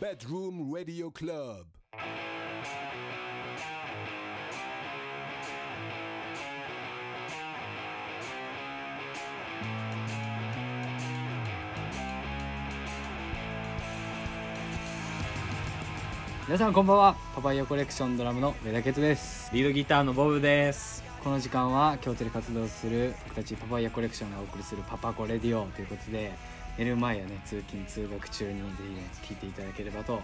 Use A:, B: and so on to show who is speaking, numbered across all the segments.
A: Bedroom Radio Club.
B: 皆さんこんばんはパパイヤコレクションドラムの上田健人です
C: リードギターのボブです。
B: この時間は京都で活動する僕たちパパイヤコレクションがお送りする「パパコレディオ」ということで寝る前やね通勤通学中にぜひね聞いていただければと思い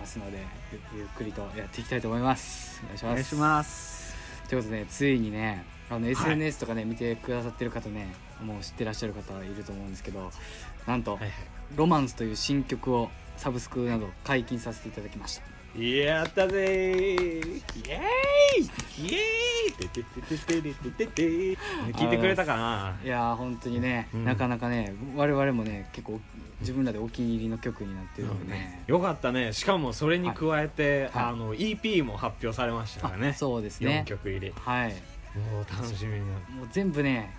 B: ますのでゆゆっくりとやっていきたいと思いますお願いします
C: す。
B: ということで、ね、ついにねあの SNS とかね、見てくださってる方ねもう知ってらっしゃる方いると思うんですけどなんと「
C: はいは
B: ロマンス」という新曲をサブスクなど解禁させていただきました。
C: い。やったぜー。イエーイ。イエーイ。ててててててててて。聞いてくれたかない
B: やー本当にね、
C: うん
B: なかなかね我々もね結構自分らでお気に入りの曲になってるのでね、
C: よかったね。しかもそれに加えて、
B: はいはい
C: あの EP も発表されましたからね。
B: そうです
C: 四
B: ね
C: 曲入り。
B: はい
C: もう楽しみになる。
B: もう全部ね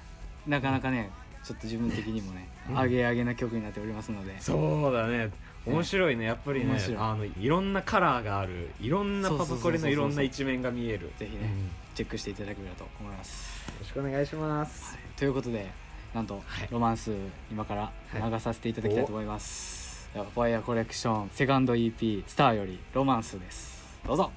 B: なかなかねちょっと自分的にもね、
C: うん
B: アゲアゲな曲になっておりますので
C: そうだね。面白いね。やっぱりね
B: 面白い、
C: あのいろんなカラーがある。いろんなパパコレのいろんな一面が見える。
B: ぜひね、
C: うんよ
B: チェックしていただければと思います
C: ろしくお願いします。
B: ということでなんと、
C: はい
B: ロマンス今から流させていただきたいと思います、ではファイヤーコレクションセカンド EP「スターよりロマンス」ですどうぞ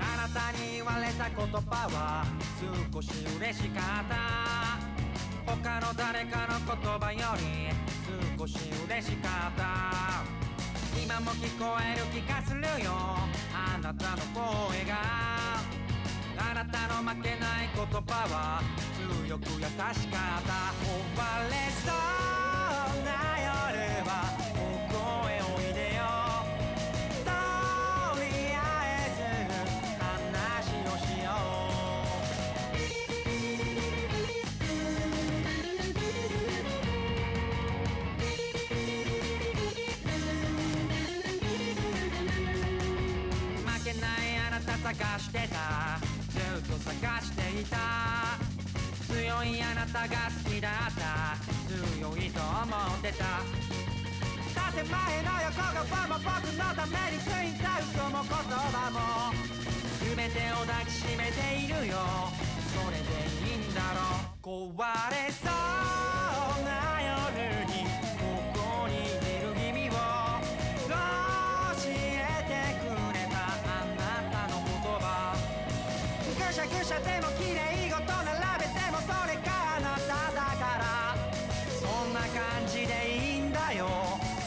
D: あなたに言われた言葉は少し嬉しかった他の誰かの言葉より少し嬉しかった今も聞こえる気がするよあなたの声があなたの負けない言葉は強く優しかった壊れそうな夜はお声を入れようとりあえず話をしよう負けないあなた探してたずっと探していた強いあなたが好きだった強いと思ってた建前の横顔も僕のためについた嘘も言葉も全てを抱きしめているよそれでいいんだろう壊れそうな夜にここにいる君を教えてくれたあなたの言葉ぐしゃぐしゃでも綺麗事並べてもそれがあなただからそんな感じでいいんだよ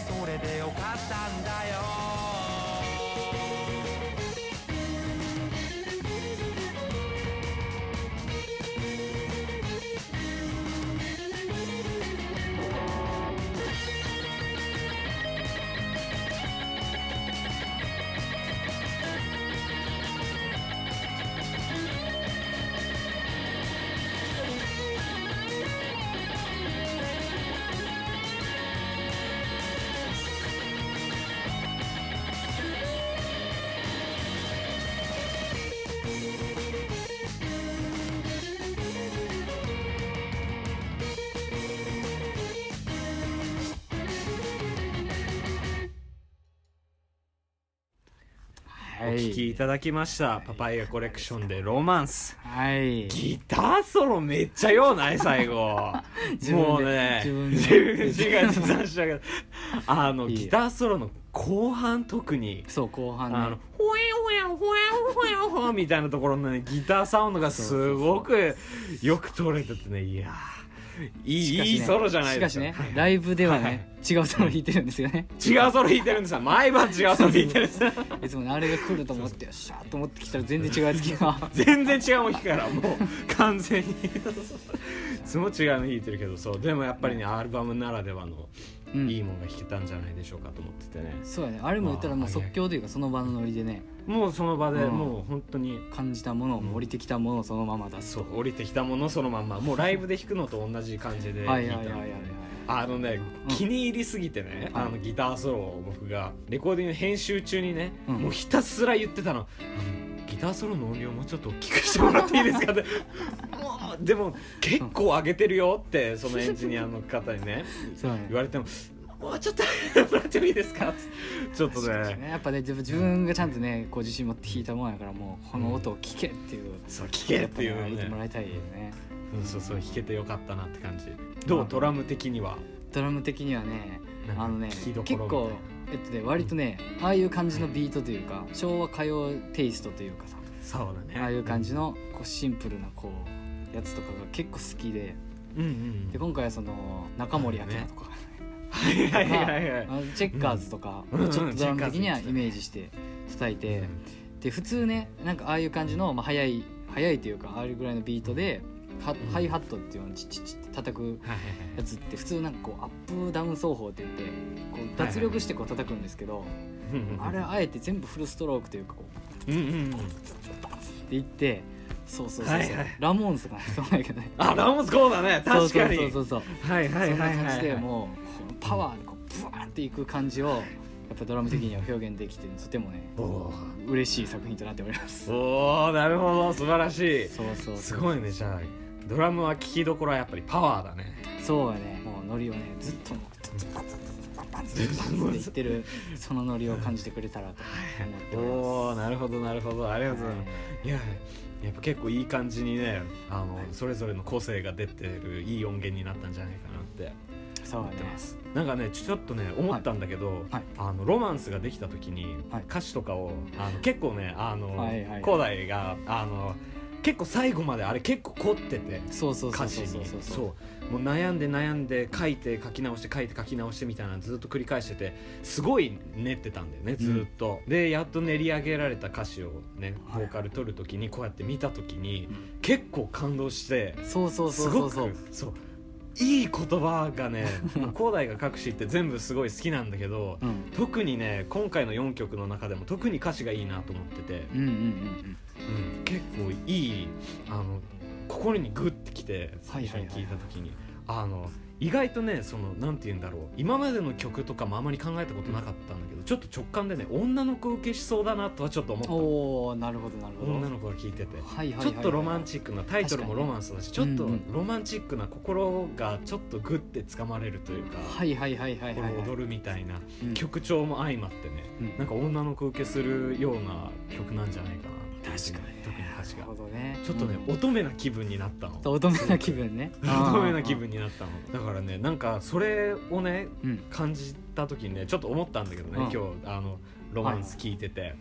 D: それでよかったんだよ
C: お
B: はい
C: 聞きいただきました。パパイヤコレクションでロマンス。
B: はい
C: ギターソロめっちゃようない最後
B: 自分で
C: もうね
B: 自分で
C: 自分自画自賛しながらあの
B: いいよ
C: ギターソロの後半特に
B: そう後
C: あ
B: 半ね
C: の「ほえほえほえほえほえ」みたいなところのねギターサウンドがすごくよく取れててねいやーいい,、
B: しかしね
C: いいソロじゃないですか
B: しかしねライブではね、違うソロ弾いてるんですよね
C: 違うソロ弾いてるんですよ毎晩違うソロ弾いてるんですよ
B: いつもねあれが来ると思ってよっしゃーと思ってきたら全然違うやつ来た
C: 全然違うもん弾くからもう完全にいつも違うの弾いてるけどそうでもやっぱりねアルバムならではの
B: うん
C: いいもんが弾けたんじゃないでしょうかと思っててね、
B: そうやねあれも言ったらもう即興というかその場のノリでね
C: もうその場で
B: うん
C: もう本当に
B: 感じたものを降りてきたものをそのまま出す
C: そう降りてきたものそのまんまもうライブで弾くのと同じ感じで
B: は
C: 弾い
B: い
C: た
B: はい
C: の
B: はいは
C: で
B: いはい
C: あのね
B: うん
C: 気に入りすぎてね、
B: はい
C: あのギターソロを僕がレコーディングの編集中にね、
B: うん
C: もうひたすら言ってたの「ギターソロの音量もうちょっと大きくしてもらっていいです か?」って「もうでも結構上げてるよ」ってそのエンジニアの方にね
B: そうね
C: 言われても「もうちょっと上げてもらってもいいですか?」ってちょっと
B: 確かに
C: ね
B: ねやっぱねでも自分がちゃんとねこう自信持って弾いたもんやからもうこの音を聞けっていう、
C: そう聞けってい
B: やっぱね
C: う
B: 言ってもら
C: ね
B: いたいよね
C: そうそうそう弾けてよかったなって感じど
B: まあ
C: うドラム的には
B: ドラム的にはねあのね
C: 聞きどこ
B: 結
C: ろみたい
B: 構えっとね割とねああいう感じのビートというか昭和歌謡テイストというかさ
C: なそうだね
B: ああいう感じのこうシンプルなこうやつとかが結構好きで
C: うんうん
B: で今回はその中森明菜とか、
C: はいはいはいはい
B: あのチェッカーズとか
C: うん
B: ちょっとドラム的には
C: うん
B: イメージして叩いて、で普通ねなんかああいう感じの、まあ、速い速いというかああいうぐらいのビートでハ
C: ん
B: ハイハットっていうのをチッチッチッって叩く
C: はいはい
B: やつって普通なんかこうアップダウン奏法って言ってこう脱力してこう叩くんですけど、
C: はい
B: あれはあえて全部フルストロークというかこう
C: うんうんう
B: っ
C: ん
B: ていってそうそうそうそう、
C: はいはい
B: ラモーンズとかねそうなんやけどね
C: あラモスこうだね確か
B: そう
C: に
B: そうそうそう
C: はいはい
B: そん
C: は
B: ない感
C: は
B: じで
C: い
B: もうこのパワーでこうブワーンっていく感じをやっぱドラム的には表現できてとてもね
C: お
B: 嬉しい作品となっております
C: ーおーなるほど素晴らしい
B: そうそう
C: す
B: そう
C: ごいねじゃあドラムは聞きどころはやっぱりパワーだね
B: そうやねもうノリをねずっともうずっともうって言ってるそのノリを感じてくれたらと思って
C: お
B: お
C: ーなるほどなるほどあり
B: り
C: が
B: ま
C: とう
B: す
C: ございますいややっぱ結構いい感じにねあの、それぞれの個性が出てるいい音源になったんじゃないかなって
B: そう
C: 思
B: や
C: っ
B: ね
C: てます、なんかねちょっとね思ったんだけど、
B: はい
C: あのロマンスができた時に、
B: はい
C: 歌詞とかをあの結構ねあの、
B: はいはい
C: 古代があの結構最後まであれ結構凝ってて
B: そうそうそ
C: 歌
B: う
C: 詞
B: そう
C: に
B: そうそうそう
C: そうもう悩んで悩んで書いて書き直して書いて書き直してみたいなのずっと繰り返しててすごい練ってたんだよねずっと、でやっと練り上げられた歌詞をねボ
B: はい
C: ーカル取る時にこうやって見た時に
B: うん
C: 結構感動して
B: そうそう
C: す
B: そう
C: ご
B: そう
C: く
B: そう
C: そういい言葉 がね高大が書く詩って全部すごい好きなんだけど
B: うん
C: 特にね今回の4曲の中でも特に歌詞がいいなと思ってて、
B: うんうんうん
C: うん、結構いいあの心にグッてきて
B: はいはい
C: 最初
B: はい
C: に聞いた時に、あの意外とねそのなんて言うんだろう今までの曲とかもあまり考えたことなかったんだけど、ちょっと直感でね女の子受けしそうだなとはちょっと思
B: うん
C: っ
B: おおなるほどなる
C: た
B: ほど
C: 女の子が聞いてて。
B: はいはいはい
C: ちょっとロマン
B: チ
C: チックなタイトルもロマンスだし、ちょっと
B: うんうん
C: ロマンチックな心がちょっとグッてつかまれるというか、
B: はいはいはいはいはい
C: 心
B: は
C: 躍
B: い
C: るみたいな
B: うん
C: 曲調も相まってね、
B: うん
C: なんか女の子受けするような曲なんじゃないかな
B: 確かに
C: 特に歌詞
B: な
C: が
B: るほどね
C: ちょっとね、
B: うん
C: 乙女な気分になったの
B: そう乙女な気分ね
C: 乙女な気分
B: に
C: になったのだからねなんかそれをね
B: うん
C: 感じた時にねちょっと思ったんだけどね、
B: うん
C: 今日あのロマンス聞いてて、
B: はい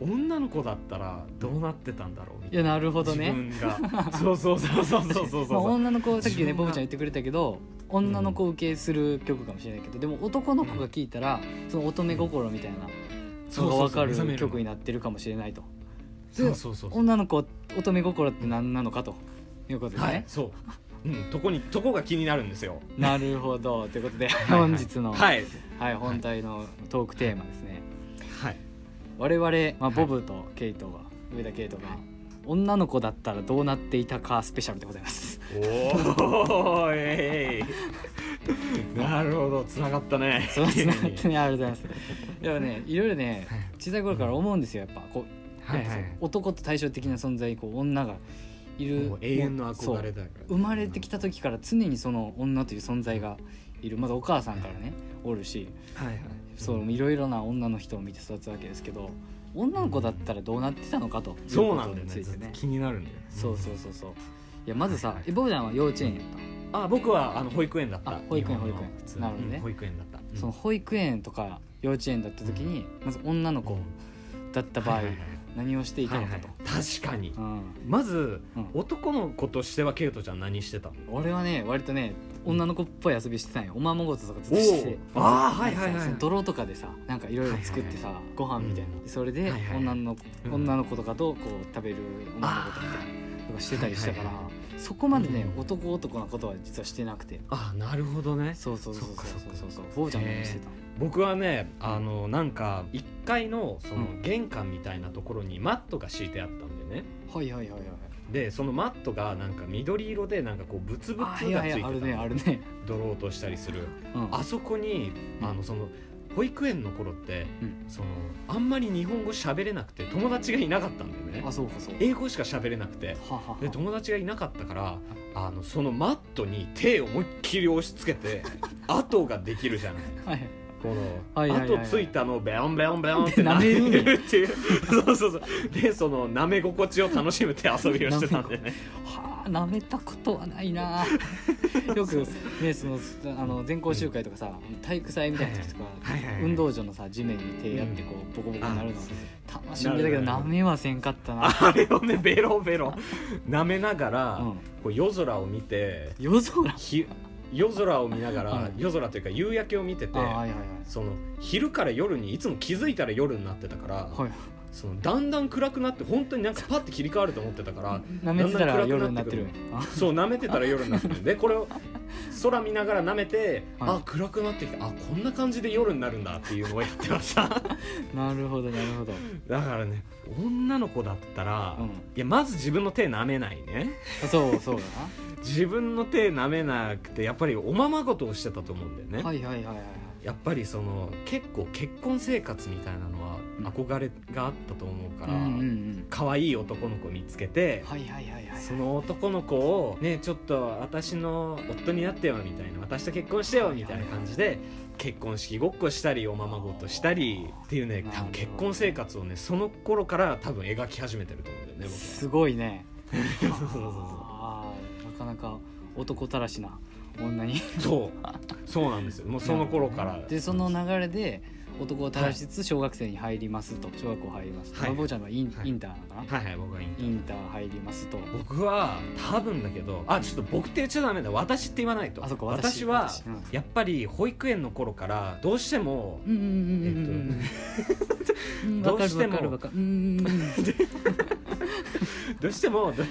C: 女の子だったらどうなってたんだろう
B: い
C: みたい
B: や
C: な
B: なるほどね
C: 自分がそうそうそうそうそう そう
B: まあ
C: そう
B: 女の子さっきね
C: 自分が
B: ボブちゃん言ってくれたけど女の子受けする曲かもしれないけどでも男の子が聴いたらその乙女心みたいな
C: そ
B: の
C: う
B: が
C: そう
B: 分
C: そ
B: か
C: う目覚め
B: る
C: の
B: 曲になってるかもしれないと
C: そうそうそう
B: 女の子乙女心って何なのかということです
C: はい
B: ね
C: そううんとこにとこが気になるんですよ
B: なるほどということで本日の
C: はい
B: はい本題のトークテーマですね
C: はい
B: 我々まあボブとケイトが上田ケイトが女の子だったらどうなっていたかスペシャルでござい ます
C: おーえいなるほどつながったね
B: そうですね。本当にありがとうございます。でも ね、いろいろね、小さい頃から思うんですよ。やっぱこう、
C: はいはい
B: 男と対照的な存在、こう女がいる。
C: もう永遠の
B: そ
C: 憧れ
B: う
C: だから
B: 生まれてきた時から常にその女という存在がいる。まだお母さんからね、おるし、
C: はいはい
B: そういろいろな女の人を見て育つわけですけど、女の子だったらどうなってたのかという
C: そう
B: こ
C: な
B: と
C: んだよ
B: につ
C: ね
B: い
C: ず
B: て
C: っと
B: ね。
C: 気になるんだよ
B: そうそううそうそう。いやまずさ、えボブちゃんは幼稚園やったの。
C: あ僕はあの保育園だった
B: あ保育園
C: 日本の
B: 保育園
C: 普通の
B: なるほどね
C: うん保育園だった
B: その保育園とか幼稚園だった時に、まず女の子だった場合、
C: はいはいはい
B: 何をしていたの
C: は
B: か
C: い
B: と。
C: はい確かに
B: うん
C: まず
B: うん
C: 男の子としてはケイトちゃん何してたの
B: 俺はね割とね女の子っぽい遊びしてたんよおままごととかずっ
C: お
B: として
C: おああはいはいは
B: そ
C: い
B: の泥とかでさなんかいろいろ作ってさ、ご飯みたいな、
C: う
B: それで
C: はいはいはい
B: 女の子、
C: うん
B: 女の子とかとこう食べる女の子とかとかしてたりしたから、
C: はいはい
B: そこまでね、
C: うん
B: 男男なことは実はしてなくて
C: あなるほどね
B: そうそうそう
C: そ
B: そ
C: っ
B: う
C: かそっか
B: そうそうボーちゃん何してたの
C: 僕はねあのなんか1階のそうの
B: ん
C: 玄関みたいなところにマットが敷いてあったんでね
B: はいはいはいはい
C: でそのマットがなんか緑色でなんかこうブツブツが
B: あ
C: つ
B: いやい
C: いて
B: やあ
C: た
B: るねあるね、
C: ドローとしたりする
B: うん、
C: あそこに
B: うん
C: あのその保育園の頃って、
B: うん
C: そのあんまり日本語喋れなくて友達がいなかったんだよね
B: あそうかそうか
C: 英語しか喋れなくて
B: ははは
C: で友達がいなかったからあのそのマットに手を思いっきり押し付けて 跡ができるじゃない
B: はい
C: こ
B: はい
C: の
B: はいはいはい
C: 跡ついたのをベロンベロンベロンって
B: 舐めるんだ
C: 舐めるっていうそうそうそうでその舐め心地を楽しむって遊びをしてたんでね
B: はあ舐めたことはない なよくねそのあの全校集会とかさ体育祭みたいな時とか
C: はいはいはい
B: 運動場のさ地面に手やってこうボコボコになるの
C: そうそう
B: 楽しんでたけど
C: なるなるな
B: 舐
C: る
B: めはせんかったな
C: あれをねベロベロ舐めながら、
B: うん
C: こう夜空を見て
B: 夜空
C: ひ夜空を見ながら、
B: はい
C: 夜空というか夕焼けを見てて
B: あはいはいはい
C: その昼から夜にいつも気づいたら夜になってたから、
B: はい
C: そのだんだん暗くなって本当になんかパッて切り替わると思ってたから
B: 舐めてたら
C: だんだん暗くなってくる
B: 夜になってるあ
C: そう舐めてたら夜になってるんでこれを空見ながら舐めて、
B: はい
C: あ暗くなってきたあこんな感じで夜になるんだっていうのをやってました
B: なるほどなるほど
C: だからね女の子だったら、
B: うん
C: いやまず自分の手舐めないね
B: そうそう
C: 自分の手舐めなくてやっぱりおままごとをしてたと思うんだよね、
B: だなはいはいはいはいはい
C: やっぱりその結構結婚生活みたいなのは
B: うん
C: 憧れがあったと思うか
B: う
C: ら、
B: んうんうん
C: 可愛い男の子見つけて、
B: はいはいはいはい
C: その男の子をねちょっと私の夫になってよみたいな私と結婚してよみたいな感じで結婚式ごっこしたりおままごとしたりっていうね
B: なるほ
C: 多
B: ど
C: 分結婚生活をねその頃から多分描き始めてると思うんだよね
B: すごいね
C: 僕はそうそう
B: あーなかなか男たらしな女に
C: そうそうそうなんですよもうその頃から
B: でその流れで男を垂らしつつ小学生に入りますと、小学校入りますと、
C: はい
B: まあ坊ちゃんはイン,、
C: はい
B: インターかな、
C: はいはい僕はいい
B: インター入りますと
C: 僕は多分だけどあちょっと僕って言っちゃダメだ私って言わないと
B: あそっか私
C: 私は
B: 私うん
C: やっぱり保育園の頃からどうしても
B: うんうんうんうんうんうん
C: ど
B: わか
C: う
B: る
C: して
B: わ
C: も
B: かるわかるうんうんうん
C: どう してもど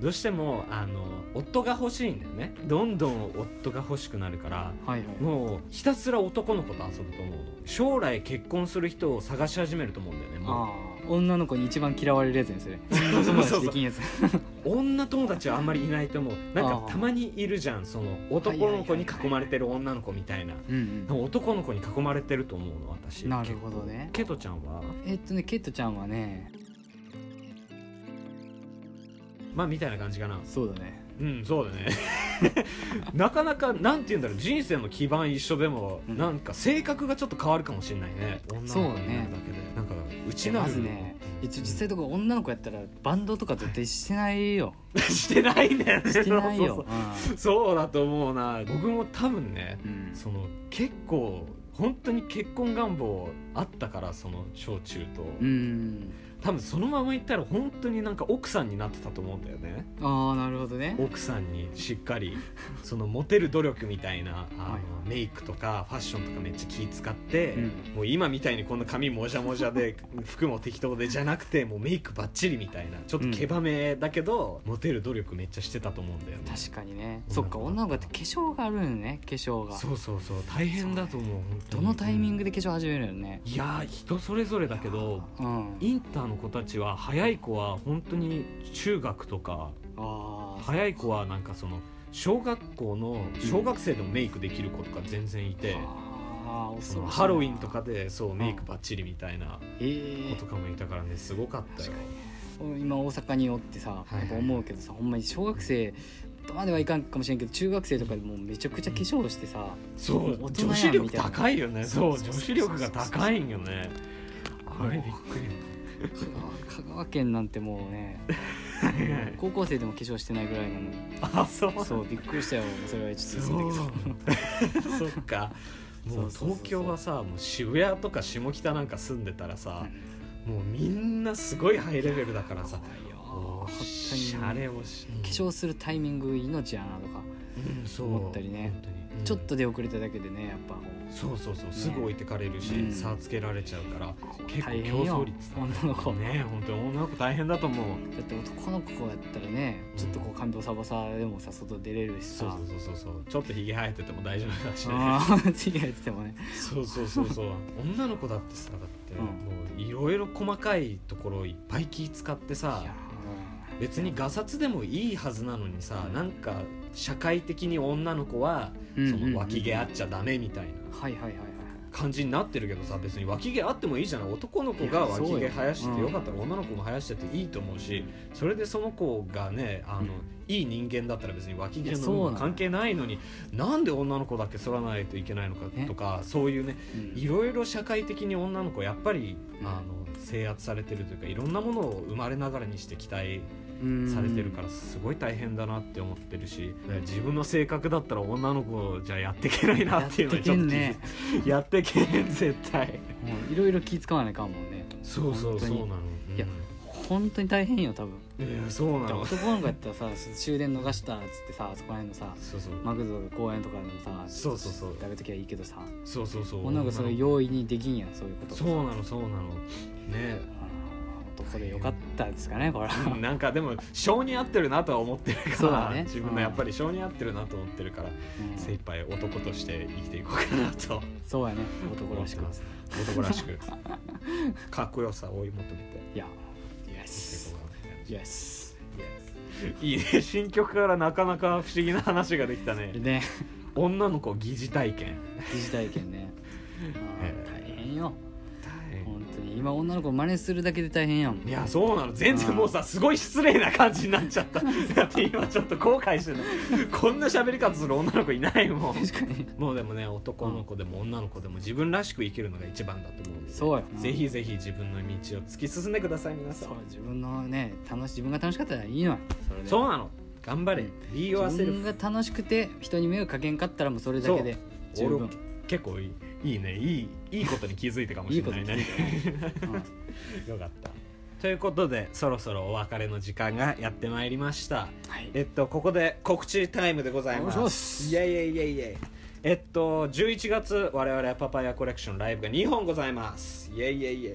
C: どうしてもあの夫が欲しいんだよねどんどん夫が欲しくなるから
B: はいはい
C: もうひたすら男の子と遊ぶと思うの将来結婚する人を探し始めると思うんだよねもう
B: ああ女の子に一番嫌われるやつですねそれ
C: そうそう
B: 友達できんやつ
C: 女友達はあんまりいないと思うなん
B: あ
C: か
B: ー
C: たまにいるじゃんその男の子に囲まれてる女の子みたいな
B: うん
C: 男の子に囲まれてると思うの私
B: うんなるほどね
C: ケトちゃんは
B: えっとねケットちゃんはね
C: まあみたいな感じかな
B: そうだね
C: うんそうだね なかなかなんて言うんだろう人生の基盤一緒でも、
B: うん
C: なんか性格がちょっと変わるかもしれないね女の子
B: そうね
C: になるだけでなんかうちなる
B: まずねいやちょ実際とこ女の子やったらバンドとか絶対してないよ
C: してないんだよね
B: してない
C: そうそう
B: よ
C: そう そうだと思うな僕も多分ね
B: うんうん
C: その結構本当に結婚願望あったからその小中と、
B: うん
C: 多分そのままいったら本当になんか奥さんになってたと思うんだよね
B: ああなるほどね
C: 奥さんにしっかりそのモテる努力みたいなあの、
B: はい
C: メイクとかファッションとかめっちゃ気使って、
B: う
C: もう今みたいにこんな髪もじゃもじゃで服も適当でじゃなくてもうメイクばっちりみたいなちょっと毛羽目だけど、モテる努力めっちゃしてたと思うんだよね
B: 確かにね
C: うん
B: そっか女の子って化粧があるんよね化粧が
C: そうそうそう大変だと思う本当
B: ど
C: に
B: のタイミングで化粧始めるのね
C: いやー人それぞれだけど
B: うん
C: インターの子たちは早い子は本当に中学とか
B: ああ
C: 早い子はなんかその小学校の小学生でもメイクできる子とか全然いて、
B: あー恐
C: そ
B: ろ
C: の
B: しいな
C: ハロウィンとかでそうメイクバッチリみたいな
B: ええ
C: 子とかもいたからねすごかったよ
B: 今大阪におってさ
C: いはい
B: やっぱ思うけどさほんまに小学生とまではいかんかもしれんけど中学生とかでもうめちゃくちゃ化粧してさ
C: そう
B: 大人やん
C: 女子力高いよね
B: みたい
C: そ
B: な
C: う女子力が高いんよねあれびっく
B: 香川香川県なんてもうね
C: りはいはい
B: 高校生でも化粧してないぐらいなのに
C: あそう
B: そうびっくりしたよそれはち
C: そ
B: ょっと
C: う
B: 言い過ぎたけど
C: そっかもう
B: そうそうそうそう
C: 東京はさもう渋谷とか下北なんか住んでたらさ
B: うん
C: もうみんなすごいハイレベルだからさ
B: いやー
C: お
B: 本
C: し
B: 当
C: ゃ
B: に
C: れおし
B: 化粧するタイミング命やなとか、
C: うんそう
B: 思ったりね
C: 本当にうん
B: ちょっと出遅れただけでねやっぱこう
C: そうそうそうすぐ置いてかれるし、
B: うん
C: 差つけられちゃうから結構
B: 大
C: 競
B: 変よ
C: 争率だ
B: 女の子だ
C: ね本当に女の子大変だと思う
B: って男の子やったらねちょっとこう看病サバサでもさ外出れるし
C: そう
B: さ
C: そうそうそうそうちょっとひげ生えてても大丈夫だしね
B: ああ違えてても ね
C: そうそうそうそう女の子だってさだって
B: うん
C: もういろいろ細かいところいっぱい気使ってさ
B: いや
C: 別にガサツでもいいはずなのにさ、
B: うん
C: なんか社会的に女の子はそ
B: うんうんうん
C: の脇毛あっちゃダメみたいな
B: はいはいはいはい
C: 感じになってるけどさ別に脇毛あってもいいじゃない男の子が
B: いやそうよ
C: 脇毛生やして
B: うん
C: てよかったら女の子も生やしてていいと思うしそれでその子がねあの、
B: うん
C: いい人間だったら別に脇毛
B: いやそうな
C: の
B: の
C: 関係ないのになんで女の子だけ剃らないといけないのか
B: ね
C: とか、そういうね
B: うん
C: いろいろ社会的に女の子やっぱり、
B: うん
C: あの制圧されてるというかいろんなものを生まれながらにして期待
B: うん
C: されてるからすごい大変だなって思ってるし、だから自分の性格だったら女の子じゃやっていけないな
B: やっ
C: って
B: て
C: いうのに
B: けんね
C: やってけん絶対
B: もういろいろ気使わないかんもんね
C: そうそうそうなの、
B: いや本当に大変よ多分
C: うんいやそうなの
B: 男の子やったらさ終電逃したっつってさそこら辺のさ
C: そうそう、
B: マクドとか公園とかでもさ
C: そうそうそう
B: 食べときゃいいけどさ
C: そうそうそう
B: 女の子そういう容易にできんやんそういうこと
C: そうなのそうなのね
B: あー男でよかったですかねこれ は
C: うんなんかでも性に合ってるなとは思ってるから
B: そうだね
C: 自分のやっぱり性に合ってるなと思ってるから、
B: うん
C: 精一杯男として生きていこうかなと
B: そうやね男らしく
C: 思ってます男らしく かっこよさを追い求めて
B: いや
C: 生きていこうか
B: イ
C: な
B: エス
C: いいね新曲からなかなか不思議な話ができた ね
B: でね
C: 女の子疑似体験
B: 疑似体験ねあー
C: え
B: 大変よ本当に今女の子真似するだけで大変やもん
C: いやそうなの全然もうさすごい失礼な感じになっちゃっただって今ちょっと後悔してるこんな喋り方する女の子いないもん
B: 確かに
C: もうでもね男の子でも女の子でも自分らしく生きるのが一番だと思うんで
B: そうよ
C: ぜひぜひ自分の道を突き進んでください皆さん
B: そう自分のね楽し自分が楽しかったらいいのよそれで
C: そうなの頑張れ
B: うん
C: Be yourself
B: 自分が楽しくて人に迷惑かけんかったらもうそれだけで十分
C: 俺結構いいいいねいいいいことに気づいたかも
B: い
C: し
B: い
C: れ
B: こ
C: な
B: と
C: い
B: に気
C: ね
B: づいたよね
C: よかったということでそろそろお別れの時間がやってまいりました
B: うんはい
C: えっとここで告知タイムでございます
B: お願いします
C: イエイイエイイエイイエイえっと11月我々パパイヤコレクションライブが2本ございますイエイイエイイエイ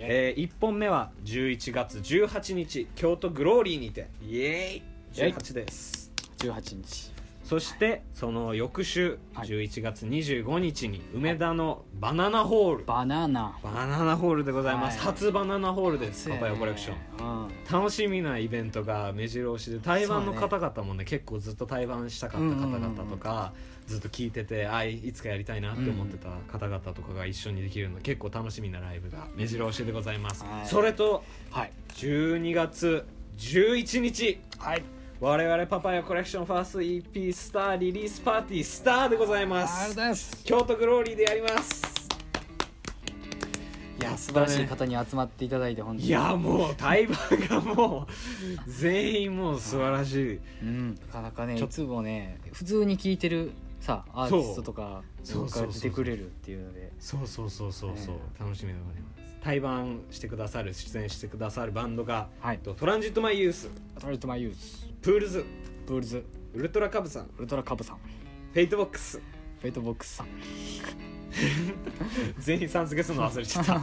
C: えー、1本目は11月18日京都グローリーにてイエイ
B: イエイ
C: 18です
B: 18日
C: そしてその翌週
B: はい
C: 11月25日に梅田のバナナホール
B: バナナ
C: バナナホールでございます、
B: はい
C: 初バナナホールですパパイヤコレクション
B: ンうん
C: 楽しみなイベントが目白押しで台湾の方々もね結構ずっと台湾したかった方々とか、ずっと聞いててあいいつかやりたいなって思ってた方々とかが一緒にできるの結構楽しみなライブが目白押しでございます、
B: はい
C: それと
B: はい
C: 12月11日はい我々パパイヤコレクションファースト EP スターリリースパーティースターでございま
B: ありがとうご
C: す
B: ざいます
C: 京都グローリーでやります
B: いや素晴らしい方に集まっていただいて本当に
C: いやもう台湾がもう全員もう素晴らしい
B: うんなかなかね
C: ちょ
B: いつもね普通に聴いてるさアーティストとか
C: そう
B: から
C: そうそうそう
B: 出てくれるっていうので
C: そうそうそうそうそう、
B: ね
C: 楽しみでございます対バンしてくださる出演してくださるバンドが
B: はい
C: えっとトランジットマイユース
B: 「トレットマイユース」
C: プールズ
B: 「ブールズ」
C: ウルトラカブさん
B: 「ウルトラカブさん」
C: フェイトボックス
B: 「フェイトボックスさん」
C: 全員さん付けするの忘れちゃった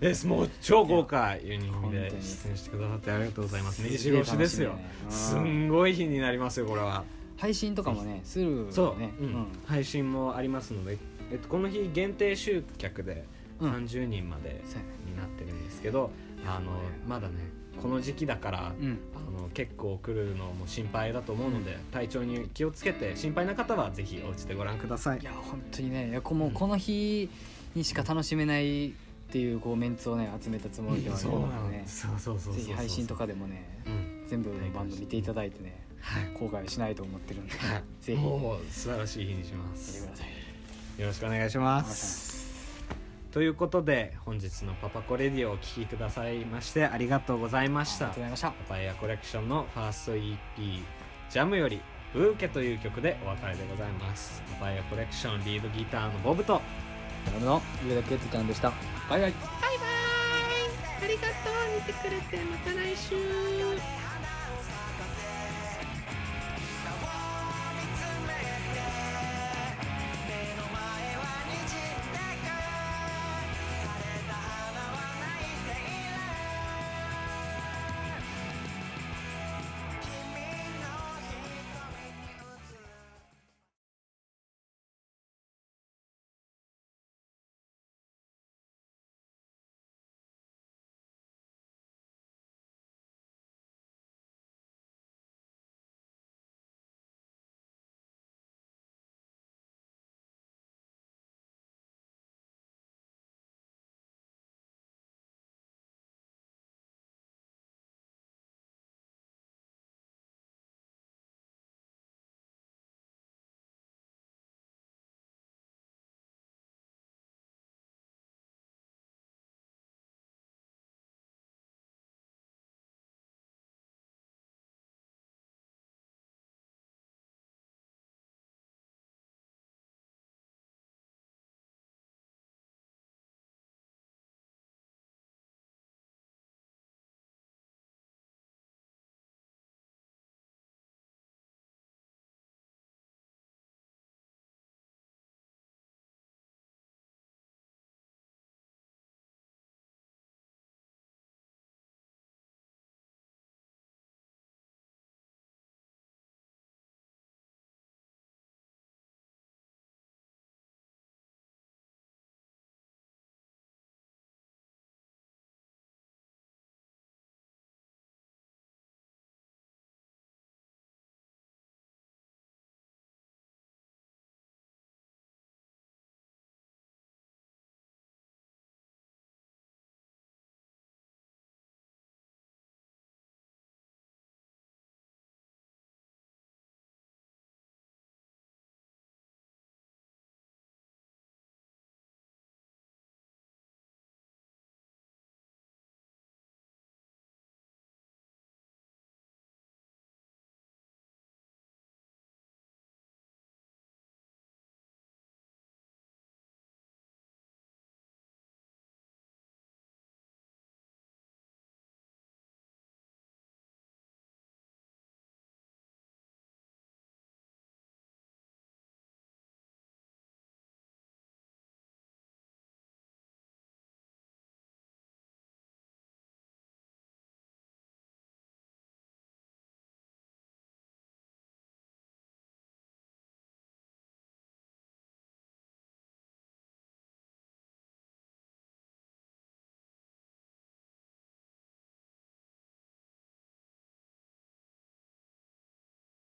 C: ですもう超豪華ユニフォームで
B: 本当に
C: 出演してくださってありがとうございます
B: すげえ
C: 目白押しですよ
B: 楽しみだね
C: すんごい日になりますよこれは
B: 配信とかもねする
C: そ
B: よ
C: う、
B: ね
C: うん配信もありますので、えっと、この日限定集客で
B: うん
C: 30人まで
B: そうやね
C: になってるんですけど、あの
B: ね
C: まだねこの時期だから、
B: うん
C: あの結構来るのも心配だと思うので、体調に気をつけて心配な方はぜひお家でご覧ください
B: いや本当にねいやこもうこの日にしか楽しめないっていうこうメンツをね集めたつもりではね
C: そうなの
B: ね
C: そうそうそうそうそう
B: ぜひ配信とかでもね
C: うん
B: 全部バンド見ていただいてね
C: はい
B: 後悔しないと思ってるんで
C: はい
B: ぜひ見
C: もう素晴らしい日にしま
B: て
C: す
B: ください
C: よろしくお願いしま
B: お願いします
C: ということで本日の「パパコレディオ」をお聴きくださいましてありがとうございまし
B: あり
C: た
B: がとうございました
C: パパイヤコレクションのファースト EP「ジャムよりブーケ」という曲でお別れでございますパパイヤコレクションリードギターのボブと
B: ドラムの上田健人ちゃんでしたバイバイ
E: バイバイありがとう見てくれてまた来週